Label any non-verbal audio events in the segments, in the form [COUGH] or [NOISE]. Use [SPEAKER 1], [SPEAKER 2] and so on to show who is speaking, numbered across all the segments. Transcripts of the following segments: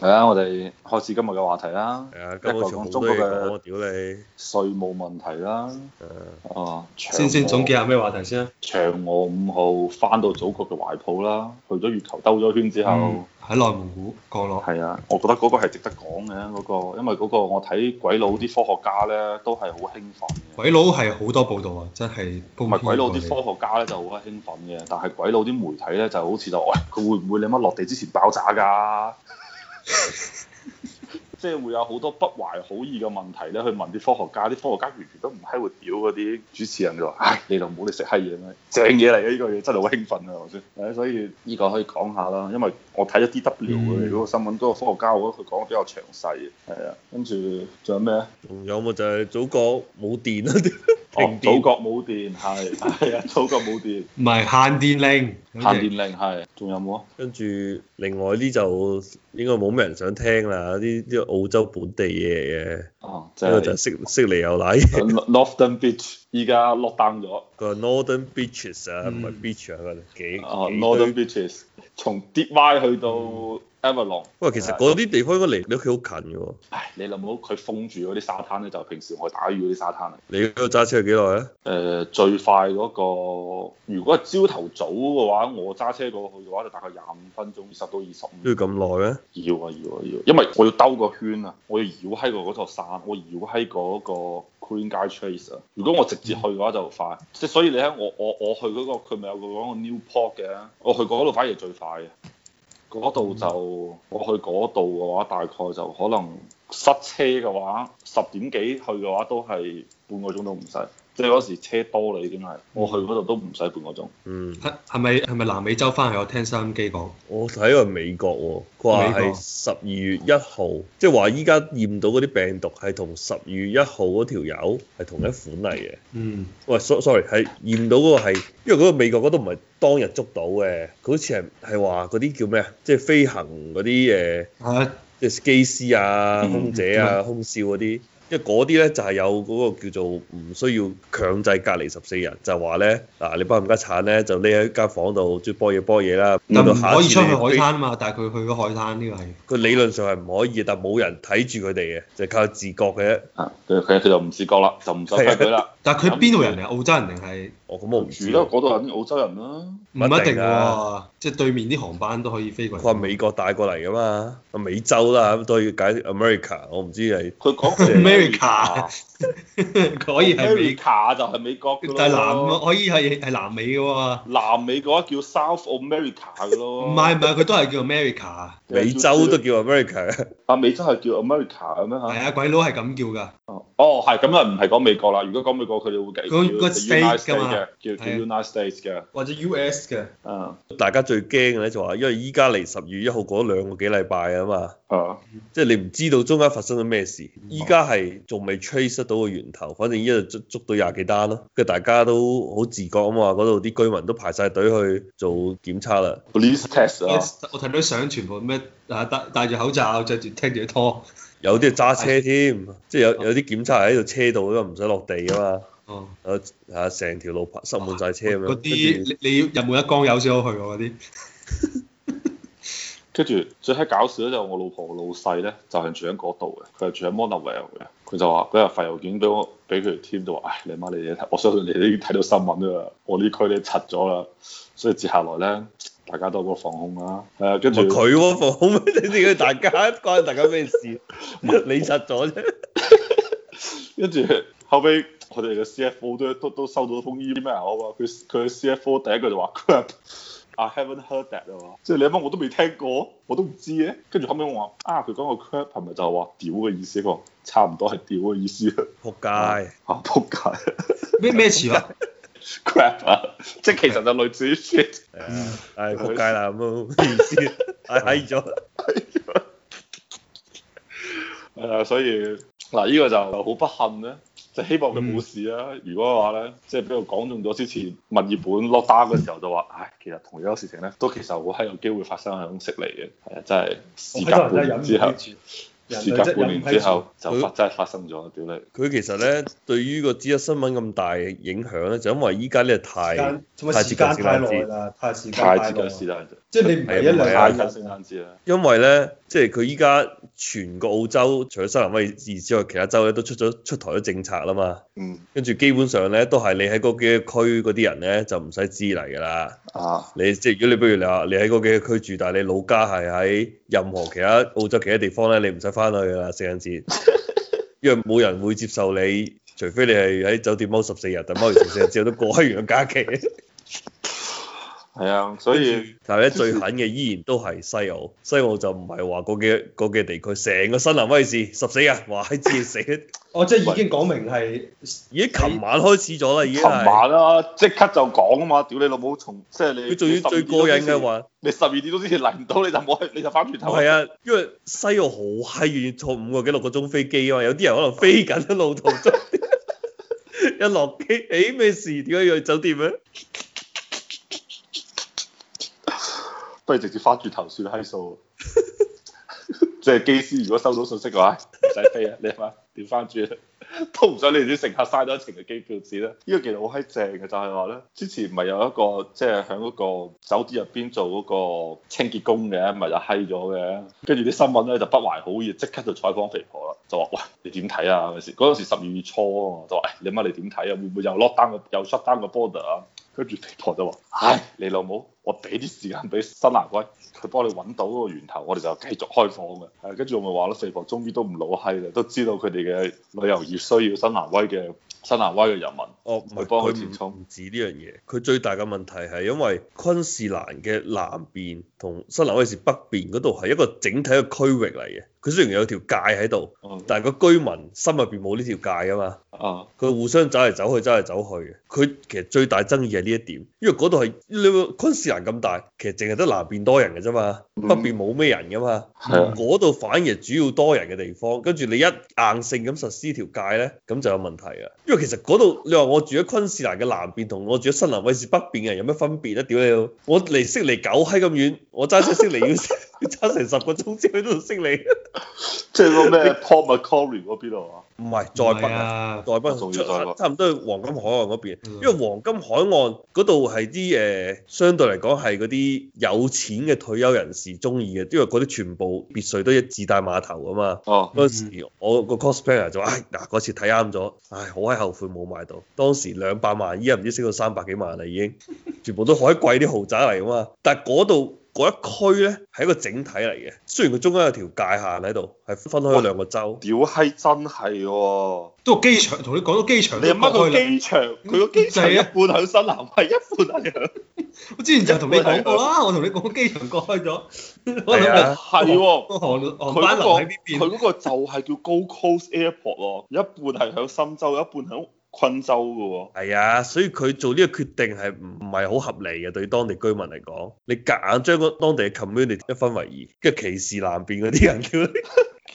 [SPEAKER 1] 係啊，我哋開始今日嘅話題啦，
[SPEAKER 2] 係啊，
[SPEAKER 1] 一個
[SPEAKER 2] 今好似好
[SPEAKER 1] 講中國
[SPEAKER 2] 多嘢
[SPEAKER 1] 嘅
[SPEAKER 2] 講啊，屌你！
[SPEAKER 1] 稅務問題啦，啊，嫦
[SPEAKER 3] 先先
[SPEAKER 1] 娥
[SPEAKER 3] 總結下咩話題先啊？
[SPEAKER 1] 嫦娥五號翻到祖國嘅懷抱啦，去咗月球兜咗圈之後，
[SPEAKER 3] 嗯喺內蒙古降落，
[SPEAKER 1] 係啊，我覺得嗰個係值得講嘅嗰、個，因為嗰個我睇鬼佬啲科學家咧都係好興奮嘅，
[SPEAKER 3] 鬼佬係好多報道啊，真係唔
[SPEAKER 1] 唔係鬼佬啲科學家咧就好興奮嘅，但係鬼佬啲媒體咧就好似就喂佢會唔會你乜落地之前爆炸㗎？ [LAUGHS] 即係會有好多不懷好意嘅問題咧，去問啲科學家，啲科學家完全都唔閪會屌嗰啲主持人就話：唉，你老母你食閪嘢咩？正嘢嚟嘅呢個嘢，真係好興奮啊！頭先，係啊所以呢個可以講下啦，因為我睇咗 D W 佢哋嗰個新聞，嗰、個科學家，我覺得佢講得比較詳細嘅，係啊。跟住仲有咩啊？
[SPEAKER 2] 仲有冇就係祖國冇電啊？
[SPEAKER 1] 哦 [LAUGHS]
[SPEAKER 2] 停，
[SPEAKER 1] 祖
[SPEAKER 2] 電。
[SPEAKER 1] 國冇電係係啊，祖國冇電，
[SPEAKER 3] 唔係限電令，
[SPEAKER 1] 限電令係，仲有冇啊？
[SPEAKER 2] 跟住另外啲就應該冇咩人想聽啦，啲啲澳洲本地嘢嚟嘅，
[SPEAKER 1] 哦，即
[SPEAKER 2] 呢個就
[SPEAKER 1] 係
[SPEAKER 2] 係悉悉尼有奶，
[SPEAKER 1] Northern 呃 Beach 依家 lock down 咗。哦
[SPEAKER 2] 個 Northern Beaches 啊，唔係
[SPEAKER 3] 嗯
[SPEAKER 2] beach 啊，嗰度幾
[SPEAKER 1] 哦
[SPEAKER 2] 幾
[SPEAKER 1] ，Northern
[SPEAKER 2] 堆
[SPEAKER 1] Beaches，從 Deep Valley 去到 Avalon，
[SPEAKER 2] 喂，其實嗰啲地方應該離你屋企好近嘅喎，
[SPEAKER 1] 唉，你諗唔到佢封住嗰啲沙灘咧，就係平時我打魚嗰啲沙灘嚟。誒、呃
[SPEAKER 2] 你嗰度揸車去幾耐啊？
[SPEAKER 1] 最快嗰、個，如果係朝頭早嘅話，我揸車過去嘅話，就大概廿五分鐘，十到二十
[SPEAKER 2] 都要
[SPEAKER 1] 五。
[SPEAKER 2] 咁耐咩？
[SPEAKER 1] 要啊要啊要啊，因為我要兜個圈啊，我要繞閪過嗰座山，我繞閪過嗰個 Queen Guy Trace 啊。如果我直接去嘅話就快，即係所以你睇我我我去嗰、個佢咪有個講個 Newport 嘅，我去嗰度反而係最快嘅。嗰度就我去嗰度嘅話，大概就可能塞車嘅話，十點幾去嘅話都係半個鐘都唔使，即係嗰時車多啦已經係。我去嗰度都唔使半個鐘。
[SPEAKER 2] 嗯，
[SPEAKER 3] 係係咪係咪南美洲翻嚟？我聽收音機講，
[SPEAKER 2] 我睇過美國喎，佢話
[SPEAKER 3] 美
[SPEAKER 2] 係
[SPEAKER 3] 國
[SPEAKER 2] 十二月一號，即係話依家驗到嗰啲病毒係同十二月一號嗰條友係同一款嚟嘅。
[SPEAKER 3] 嗯，
[SPEAKER 2] 喂，so sorry，係驗到嗰個係，因為嗰個美國嗰度唔係當日捉到嘅，佢好似係係話嗰啲叫咩啊？即係飛行嗰啲誒，
[SPEAKER 3] 係啊，
[SPEAKER 2] 即係機師啊、
[SPEAKER 1] 嗯
[SPEAKER 2] 空姐啊、空少嗰啲，因為嗰啲咧就係有嗰個叫做唔需要強制隔離十四日，就係話咧嗱，你班冚家產咧就匿喺間房度，中意波嘢波嘢啦，
[SPEAKER 3] 但唔
[SPEAKER 2] 到下
[SPEAKER 3] 可
[SPEAKER 2] 一
[SPEAKER 3] 以
[SPEAKER 2] 次
[SPEAKER 3] 出去海
[SPEAKER 2] 你飛
[SPEAKER 3] 灘啊嘛，但係佢去咗海灘呢個係，
[SPEAKER 2] 佢理論上係唔可以，但冇人睇住佢哋嘅，就係靠自覺嘅。
[SPEAKER 1] 啊，佢佢佢就唔自覺啦，就唔守規矩啦。
[SPEAKER 3] 但係啊佢邊度人嚟？澳洲人定係
[SPEAKER 2] 我哦咁我唔
[SPEAKER 1] 住
[SPEAKER 2] 知
[SPEAKER 1] 啦，
[SPEAKER 2] 咯。
[SPEAKER 1] 嗰度肯定澳洲人啦。
[SPEAKER 3] 唔
[SPEAKER 2] 唔一
[SPEAKER 3] 一
[SPEAKER 2] 定
[SPEAKER 3] 定
[SPEAKER 2] 㗎
[SPEAKER 3] 喎？
[SPEAKER 1] 啊
[SPEAKER 3] 即係對面啲航班都可以飛過
[SPEAKER 2] 佢
[SPEAKER 3] 嚟。
[SPEAKER 2] 話美國帶過嚟噶嘛，美洲啦，咁都要解釋 America。我唔知係
[SPEAKER 1] 佢講
[SPEAKER 3] [LAUGHS] America 佢 [LAUGHS] 可以係美，
[SPEAKER 1] 啊 America 就係美國㗎咯。哦
[SPEAKER 3] 但係南可以係係南美嘅喎。
[SPEAKER 1] 南美嗰一叫 South America 㗎咯。
[SPEAKER 3] 唔係唔係，佢都係叫 America，
[SPEAKER 2] 美洲都叫 America [LAUGHS] 嘅。
[SPEAKER 1] 啊，美洲係叫 America 嘅咩
[SPEAKER 3] 係
[SPEAKER 1] 嚇？
[SPEAKER 3] 啊，鬼佬係咁叫㗎。
[SPEAKER 1] 哦，哦係咁啊，唔係講美國啦。如果講美國，佢哋會叫
[SPEAKER 3] 嗰個
[SPEAKER 1] United
[SPEAKER 3] state 㗎
[SPEAKER 1] States
[SPEAKER 3] 嘛
[SPEAKER 1] 嘅，叫叫
[SPEAKER 3] 係啊
[SPEAKER 1] United States 嘅。
[SPEAKER 3] 或者 US 嘅，
[SPEAKER 1] 嗯
[SPEAKER 2] 大家最驚嘅咧就話，因為依家嚟十月一號嗰兩個幾禮拜啊嘛，
[SPEAKER 1] 啊，
[SPEAKER 2] 即係你唔知道中間發生咗咩事。依家係仲未 trace 得到個源頭，反正依家就捉捉到廿幾單咯。跟住大家都好自覺啊嘛，嗰度啲居民都排晒隊去做檢測啦。
[SPEAKER 1] police test 啊，
[SPEAKER 3] 我睇到相全部咩啊戴戴住口罩，着住聽住啲拖，
[SPEAKER 2] 有啲係揸車添，即係有有啲檢測係喺度車度因為唔使落地啊嘛，
[SPEAKER 3] 哦，
[SPEAKER 2] 啊啊成條路泊塞滿晒
[SPEAKER 1] 啊
[SPEAKER 2] 車咁樣。
[SPEAKER 3] 嗰啲
[SPEAKER 2] 跟住
[SPEAKER 3] 你你要入每一缸油先好去喎嗰啲，
[SPEAKER 1] [LAUGHS] 跟住最閪搞笑咧，就係我老婆老細咧，就係住喺嗰度嘅，佢係住喺 Monterey 嘅。佢就話嗰日發郵件俾我，俾佢哋添，就話：唉，你媽你哋睇，我相信你哋已經睇到新聞啦，我呢區你柒咗啦，所以接下來咧，大家都有個防控啦。係啊，跟
[SPEAKER 2] 唔
[SPEAKER 1] 住
[SPEAKER 2] 係佢喎，防空咩？ [LAUGHS] 你哋大家關大家咩事？
[SPEAKER 3] [LAUGHS]
[SPEAKER 2] 你柒咗啫。
[SPEAKER 1] 跟住後尾我哋嘅 CFO 都都都收到封 email 啊嘛，佢佢 CFO 第一句就話佢話 I haven't heard that 啊嘛，即係你諗我都未聽過，我都唔知嘅。跟住後尾我話啊，佢講個 crap 係咪就話屌嘅意思？佢話差唔多係屌嘅意思 [LAUGHS] 啊，
[SPEAKER 2] 仆街！
[SPEAKER 1] 啊仆街
[SPEAKER 3] 咩咩詞話
[SPEAKER 1] crap 啊，即係其實就類似於 shit。
[SPEAKER 2] 係啊，唉，仆街啦咁嘅意思，
[SPEAKER 3] [LAUGHS]
[SPEAKER 2] 唉閪咗。
[SPEAKER 1] 誒、呃所以嗱，呢、個就好不幸咧，就希望佢冇事啦。
[SPEAKER 2] 嗯
[SPEAKER 1] 如果嘅話咧，即係俾我講中咗之前墨爾本 lock down 嘅時候就話，唉，其實同樣嘅事
[SPEAKER 2] 哦
[SPEAKER 1] 情咧，都其實好閪有機會發生喺悉尼嘅，係啊，真係事隔半年之後，
[SPEAKER 3] 人
[SPEAKER 1] 事
[SPEAKER 3] 類
[SPEAKER 1] 隔
[SPEAKER 3] 真
[SPEAKER 1] 半
[SPEAKER 3] 係有
[SPEAKER 1] 年
[SPEAKER 3] 批
[SPEAKER 1] 之後就
[SPEAKER 2] 佢
[SPEAKER 1] 發真係發生咗，屌你！
[SPEAKER 2] 佢其實咧對於個 G 一新聞咁大影響咧，就因為依家呢
[SPEAKER 3] 時
[SPEAKER 2] 太
[SPEAKER 3] 間同埋時間太耐啦，太時間
[SPEAKER 1] 太
[SPEAKER 3] 太
[SPEAKER 1] 接
[SPEAKER 3] 耐
[SPEAKER 1] 近聖
[SPEAKER 3] 啦，
[SPEAKER 1] 誕節，
[SPEAKER 3] 即係你唔係一
[SPEAKER 2] 係
[SPEAKER 1] 太
[SPEAKER 2] 啊
[SPEAKER 3] 兩
[SPEAKER 1] 近
[SPEAKER 3] 日
[SPEAKER 1] 聖誕節啦。
[SPEAKER 2] 因為咧，即係佢依家全個澳洲除咗新南威爾士之外，其他州咧都出咗出台咗政策啦嘛。
[SPEAKER 1] 嗯
[SPEAKER 2] 跟住基本上咧都係你喺嗰幾個區嗰啲人咧就唔使知嚟㗎啦。
[SPEAKER 1] 啊，
[SPEAKER 2] 你即係如果你比如你話你喺嗰幾個區住，但係你老家係喺任何其他澳洲其他地方咧，你唔使翻去㗎啦，
[SPEAKER 1] [LAUGHS]
[SPEAKER 2] 聖誕節，因為冇人會接受你，除非你係喺酒店踎十四日，但踎完十四日之後都過完個假
[SPEAKER 1] [LAUGHS]
[SPEAKER 2] 期。
[SPEAKER 1] 係啊，所以
[SPEAKER 2] 但係咧最狠嘅依然都係西澳，西澳就唔係話嗰幾嗰幾地區，成個新南威爾士十四日，哇閪知死！
[SPEAKER 3] 我哦即係已經講明係
[SPEAKER 2] 已經琴晚開始咗啦，已經
[SPEAKER 1] 琴
[SPEAKER 2] 係。
[SPEAKER 1] 晚啦，即刻就講啊嘛，屌你老母，從即係你
[SPEAKER 2] 佢仲
[SPEAKER 1] 你
[SPEAKER 2] 要
[SPEAKER 1] 12
[SPEAKER 2] 最過
[SPEAKER 1] 點鐘
[SPEAKER 2] 癮嘅
[SPEAKER 1] 之前
[SPEAKER 2] 話，
[SPEAKER 1] 你十二點鐘之前嚟唔到，你就冇去，你就翻轉頭。
[SPEAKER 2] 係啊，因為西澳好閪遠，要坐五個幾六個鐘飛機啊嘛，有啲人可能飛緊喺路途 [LAUGHS] 中，一落機，誒咩事？點解要去酒店啊咧？
[SPEAKER 1] 不如直接翻轉頭算閪數。 [LAUGHS] 即係機師如果收到信息嘅話，唔使飛啊，你係咪調翻轉？ [LAUGHS] 都唔想你啲乘客嘥多一程嘅機票錢啦。啊呢、個其實好閪正嘅就係話咧，之前咪有一個即係喺嗰個酒店入邊做嗰個清潔工嘅，咪就閪咗嘅。跟住啲新聞咧就不懷好意，即刻就採訪肥婆啦，就話：喂，你點睇啊？係咪先？嗰陣時十二月初啊嘛，就話：唉你媽你點睇啊？會唔會又 lock down 個又 shut down 個 border 啊？跟住肥婆就話：唉，你老母，我俾啲時間俾新南威，佢幫你揾到嗰個源頭，我哋就繼續開放嘅。係跟住我咪話咯，肥婆終於都唔老閪啦，都知道佢哋嘅旅遊業需要新南威嘅新南威嘅人民。
[SPEAKER 2] 哦，唔係
[SPEAKER 1] 佢幫佢
[SPEAKER 2] 佢
[SPEAKER 1] 填
[SPEAKER 2] 唔
[SPEAKER 1] 充
[SPEAKER 2] 唔止呢樣嘢，佢最大嘅問題係因為昆士蘭嘅南邊同新南威爾士北邊嗰度係一個整體嘅區域嚟嘅，佢雖然有條界喺度，
[SPEAKER 1] 嗯
[SPEAKER 2] 但係個居民心入邊冇呢條界啊嘛，
[SPEAKER 1] 啊，
[SPEAKER 2] 佢互相走嚟走去，走嚟走去嘅。佢其實最大爭議係呢一點，因為嗰度係你話昆士蘭咁大，其實淨係得南邊多人嘅啫嘛，
[SPEAKER 1] 嗯
[SPEAKER 2] 北邊冇咩人噶嘛。
[SPEAKER 1] 係啊，
[SPEAKER 2] 嗰度反而係主要多人嘅地方，跟住你一硬性咁實施條界咧，咁就有問題啊！因為其實嗰度你話我住喺昆士蘭嘅南邊同我住喺新南威士北邊嘅人有咩分別咧？屌你老！我嚟悉尼狗閪咁遠，我揸車悉尼要要 [LAUGHS] 揸成十個鐘先去到悉尼，
[SPEAKER 1] 即係 [LAUGHS] 嗰個咩 Port Macquarie 嗰邊啊嘛。
[SPEAKER 2] 唔係
[SPEAKER 3] 再
[SPEAKER 2] 再
[SPEAKER 3] 不
[SPEAKER 2] 北啊！
[SPEAKER 3] 啊，
[SPEAKER 2] 再北
[SPEAKER 1] 仲
[SPEAKER 2] 出
[SPEAKER 1] 要再北
[SPEAKER 2] 差唔多去黃金海岸嗰邊，
[SPEAKER 3] 嗯
[SPEAKER 2] 因為黃金海岸嗰度係啲誒相對嚟講係嗰啲有錢嘅退休人士中意嘅，因為嗰啲全部別墅都一自帶碼頭啊嘛。
[SPEAKER 1] 哦，
[SPEAKER 2] 嗰陣時我個 cosplayer 就話：，唉，嗱嗰次睇啱咗，唉，好閪後悔冇買到。當時兩百萬，依家唔知升到三百幾萬啦，已經全部都海貴啲豪宅嚟噶嘛。但係嗰度嗰一區咧係一個整體嚟嘅，雖然佢中間有條界限喺度，係分開咗兩個州。
[SPEAKER 1] 屌閪真係喎！
[SPEAKER 3] 都個機場同你講到機場
[SPEAKER 1] 你
[SPEAKER 3] 都
[SPEAKER 1] 阿媽
[SPEAKER 3] 過
[SPEAKER 1] 個
[SPEAKER 3] 去啦。
[SPEAKER 1] 機場，佢個機場一啊
[SPEAKER 3] 就係啊
[SPEAKER 1] 半喺新南威，一半喺 [LAUGHS]
[SPEAKER 3] 我之前就同你講過啦，我同你講機場過開咗，我
[SPEAKER 2] 係
[SPEAKER 3] 諗
[SPEAKER 2] 啊
[SPEAKER 1] 啊係喎。
[SPEAKER 3] 個
[SPEAKER 2] 哦
[SPEAKER 3] 航
[SPEAKER 1] 佢嗰個
[SPEAKER 3] 航班留喺呢邊，
[SPEAKER 1] 佢嗰個就係叫 Gold Coast Airport 咯，一半係響深州，一半響昆州嘅喎。
[SPEAKER 2] 係啊，所以佢做呢個決定係唔唔係好合理嘅，對當地居民嚟講，你夾硬將個當地嘅 community 一分為二，跟住歧視南邊嗰啲人叫你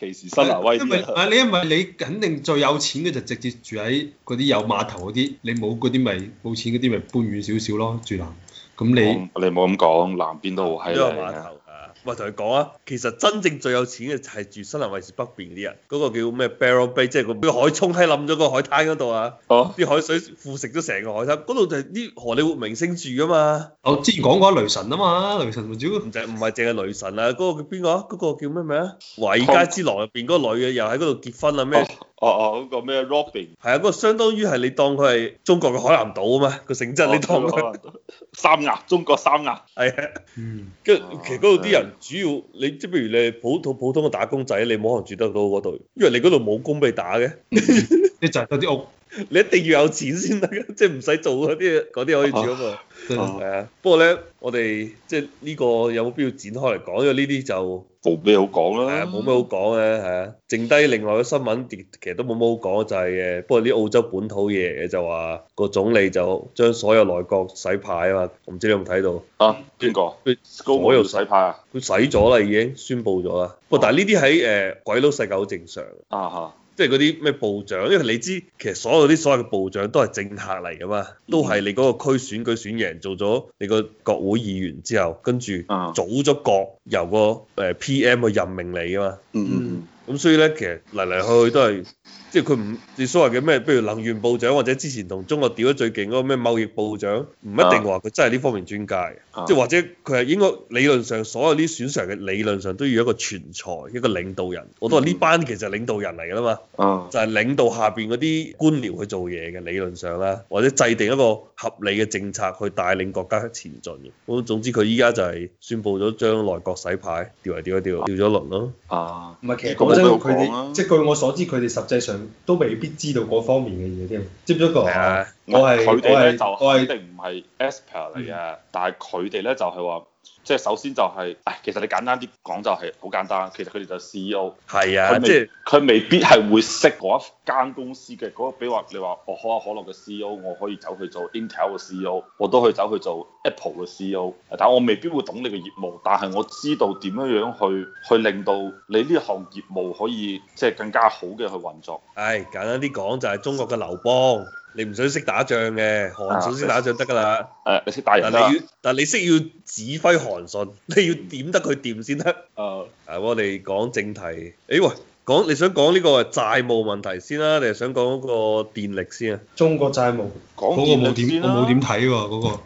[SPEAKER 1] 歧視新南威
[SPEAKER 3] 因
[SPEAKER 1] 啲
[SPEAKER 3] 為
[SPEAKER 1] 人
[SPEAKER 3] 啊，你因為你肯定最有錢嘅就直接住喺嗰啲有碼頭嗰啲，你冇嗰啲咪冇錢嗰啲咪搬遠少少咯，住南。咁你
[SPEAKER 1] 我你唔好咁講，南邊都好閪
[SPEAKER 2] 呢個
[SPEAKER 1] 靚
[SPEAKER 2] 碼
[SPEAKER 1] 嘅。
[SPEAKER 2] 頭啊！喂，同佢講啊，其實真正最有錢嘅就係住新南衛士北邊啲人，嗰、個叫咩 Barrel Bay，即係個個海沖喺冧咗個海灘嗰度啊！
[SPEAKER 1] 哦，
[SPEAKER 2] 啲海水腐蝕咗成個海灘，嗰度就係啲荷里活明星住噶嘛，
[SPEAKER 1] 哦
[SPEAKER 3] 我之前講過雷神啊嘛，雷神咪主要
[SPEAKER 2] 唔就唔係淨係雷神啊，嗰、個叫邊個啊？嗰、個叫咩名啊？華爾街之狼入邊嗰個女嘅又喺嗰度結婚啊咩？
[SPEAKER 1] 哦哦，嗰個咩 Robin，
[SPEAKER 2] 係啊，嗰、個相當於係你當佢係中國嘅海南島啊嘛，個性質你當佢
[SPEAKER 1] 哦三亞，中國三亞。
[SPEAKER 2] 係啊。
[SPEAKER 3] 嗯
[SPEAKER 2] 跟
[SPEAKER 1] 哦
[SPEAKER 2] 住其實嗰度啲人主要你即係譬如你係普通普通嘅打工仔，你冇可能住得到嗰度，因為你嗰度冇工俾你打嘅，
[SPEAKER 3] 你就係嗰啲屋
[SPEAKER 2] 你一定要有錢先得嘅， [LAUGHS] 即係唔使做嗰啲嗰啲可以住啊嘛。
[SPEAKER 3] 真係
[SPEAKER 1] 哦
[SPEAKER 2] 係啊，不過咧，我哋即係呢個有冇必要展開嚟講？因為呢啲就
[SPEAKER 1] 冇咩好講
[SPEAKER 2] 係啊
[SPEAKER 1] 啦，
[SPEAKER 2] 冇咩好講嘅，係啊，剩低另外嘅新聞其其實都冇乜好講，就係、誒，不過啲澳洲本土嘢嘅就話個總理就將所有內閣洗牌啊嘛，我唔知你有冇睇到？
[SPEAKER 1] 啊。邊個？
[SPEAKER 2] 佢
[SPEAKER 1] 高
[SPEAKER 2] 所
[SPEAKER 1] 我
[SPEAKER 2] 有
[SPEAKER 1] 洗牌啊！
[SPEAKER 2] 佢洗咗啦，已經宣布咗啦。不過但係呢啲喺誒鬼佬世界好正常，
[SPEAKER 1] 啊嚇，
[SPEAKER 2] 即係嗰啲咩部長，因為你知其實所有啲所謂嘅部長都係政客嚟噶嘛，都係你嗰個區選舉選贏做咗你個國會議員之後，跟住
[SPEAKER 1] 啊
[SPEAKER 2] 組咗閣，由個誒 PM 呃去任命你噶嘛。
[SPEAKER 1] 嗯嗯嗯，
[SPEAKER 2] 咁所以咧，其實嚟嚟去去都係，即係佢唔，你所謂嘅咩，譬如能源部長或者之前同中國屌得最勁嗰個咩貿易部長，唔一定話佢真係呢方面專家嘅，
[SPEAKER 1] 啊
[SPEAKER 2] 即係或者佢係應該理論上所有呢啲選常嘅理論上都要一個全才，一個領導人。我都話呢班其實係領導人嚟㗎啦嘛，
[SPEAKER 1] 啊
[SPEAKER 2] 就係領導下邊嗰啲官僚去做嘢嘅理論上啦，或者制定一個合理嘅政策去帶領國家前進嘅。咁總之佢依家就係宣布咗將內閣洗牌，調嚟調去調，調咗一輪咯。
[SPEAKER 1] 啊，
[SPEAKER 4] 唔係，其實
[SPEAKER 1] 呢個
[SPEAKER 4] 講真，
[SPEAKER 1] 我都有
[SPEAKER 4] 佢
[SPEAKER 1] 講啊
[SPEAKER 4] 哋即係據我所知，佢哋實際上都未必知道嗰方面嘅嘢添。只不
[SPEAKER 3] 哦
[SPEAKER 4] 過
[SPEAKER 2] 係啊
[SPEAKER 4] 我係
[SPEAKER 1] 佢
[SPEAKER 4] 我
[SPEAKER 1] 哋咧
[SPEAKER 4] 係
[SPEAKER 1] 就
[SPEAKER 4] 我
[SPEAKER 1] 肯
[SPEAKER 4] 係
[SPEAKER 1] 定唔係 Esper 嚟嘅，但係佢哋咧就係話，即係首先就係、唉，其實你簡單啲講就係、好簡單，其實佢哋就係 CEO。
[SPEAKER 2] 係啊，
[SPEAKER 1] 佢
[SPEAKER 2] 即係
[SPEAKER 1] 未佢未必係會識嗰一間公司嘅嗰個，比如話你話我可口可樂嘅 CEO，我可以走去做 Intel 嘅 CEO，我都可以走去做 Apple 嘅 CEO，但我未必會懂你嘅業務，但係我知道點樣樣去去令到你呢項業務可以即係更加好嘅去運作。
[SPEAKER 2] 唉，簡單啲講就係中國嘅劉邦，你唔想識打仗嘅，韓信識打仗得㗎啦。
[SPEAKER 1] 誒、你識帶人
[SPEAKER 2] 但
[SPEAKER 1] 啦
[SPEAKER 2] 你，要，但你識要指揮韓信， [LAUGHS] 你要點得佢掂先得。
[SPEAKER 1] 誒
[SPEAKER 2] 啊，我哋講正題。誒喂，講你想講呢個債務問題先啦，定係想講嗰個電力先啊？
[SPEAKER 4] 中國債務。
[SPEAKER 1] 講
[SPEAKER 3] 嗰個
[SPEAKER 1] 電
[SPEAKER 3] 冇
[SPEAKER 1] 力
[SPEAKER 3] 點
[SPEAKER 1] 先
[SPEAKER 3] 我
[SPEAKER 1] 啦
[SPEAKER 3] 冇點睇喎，嗰個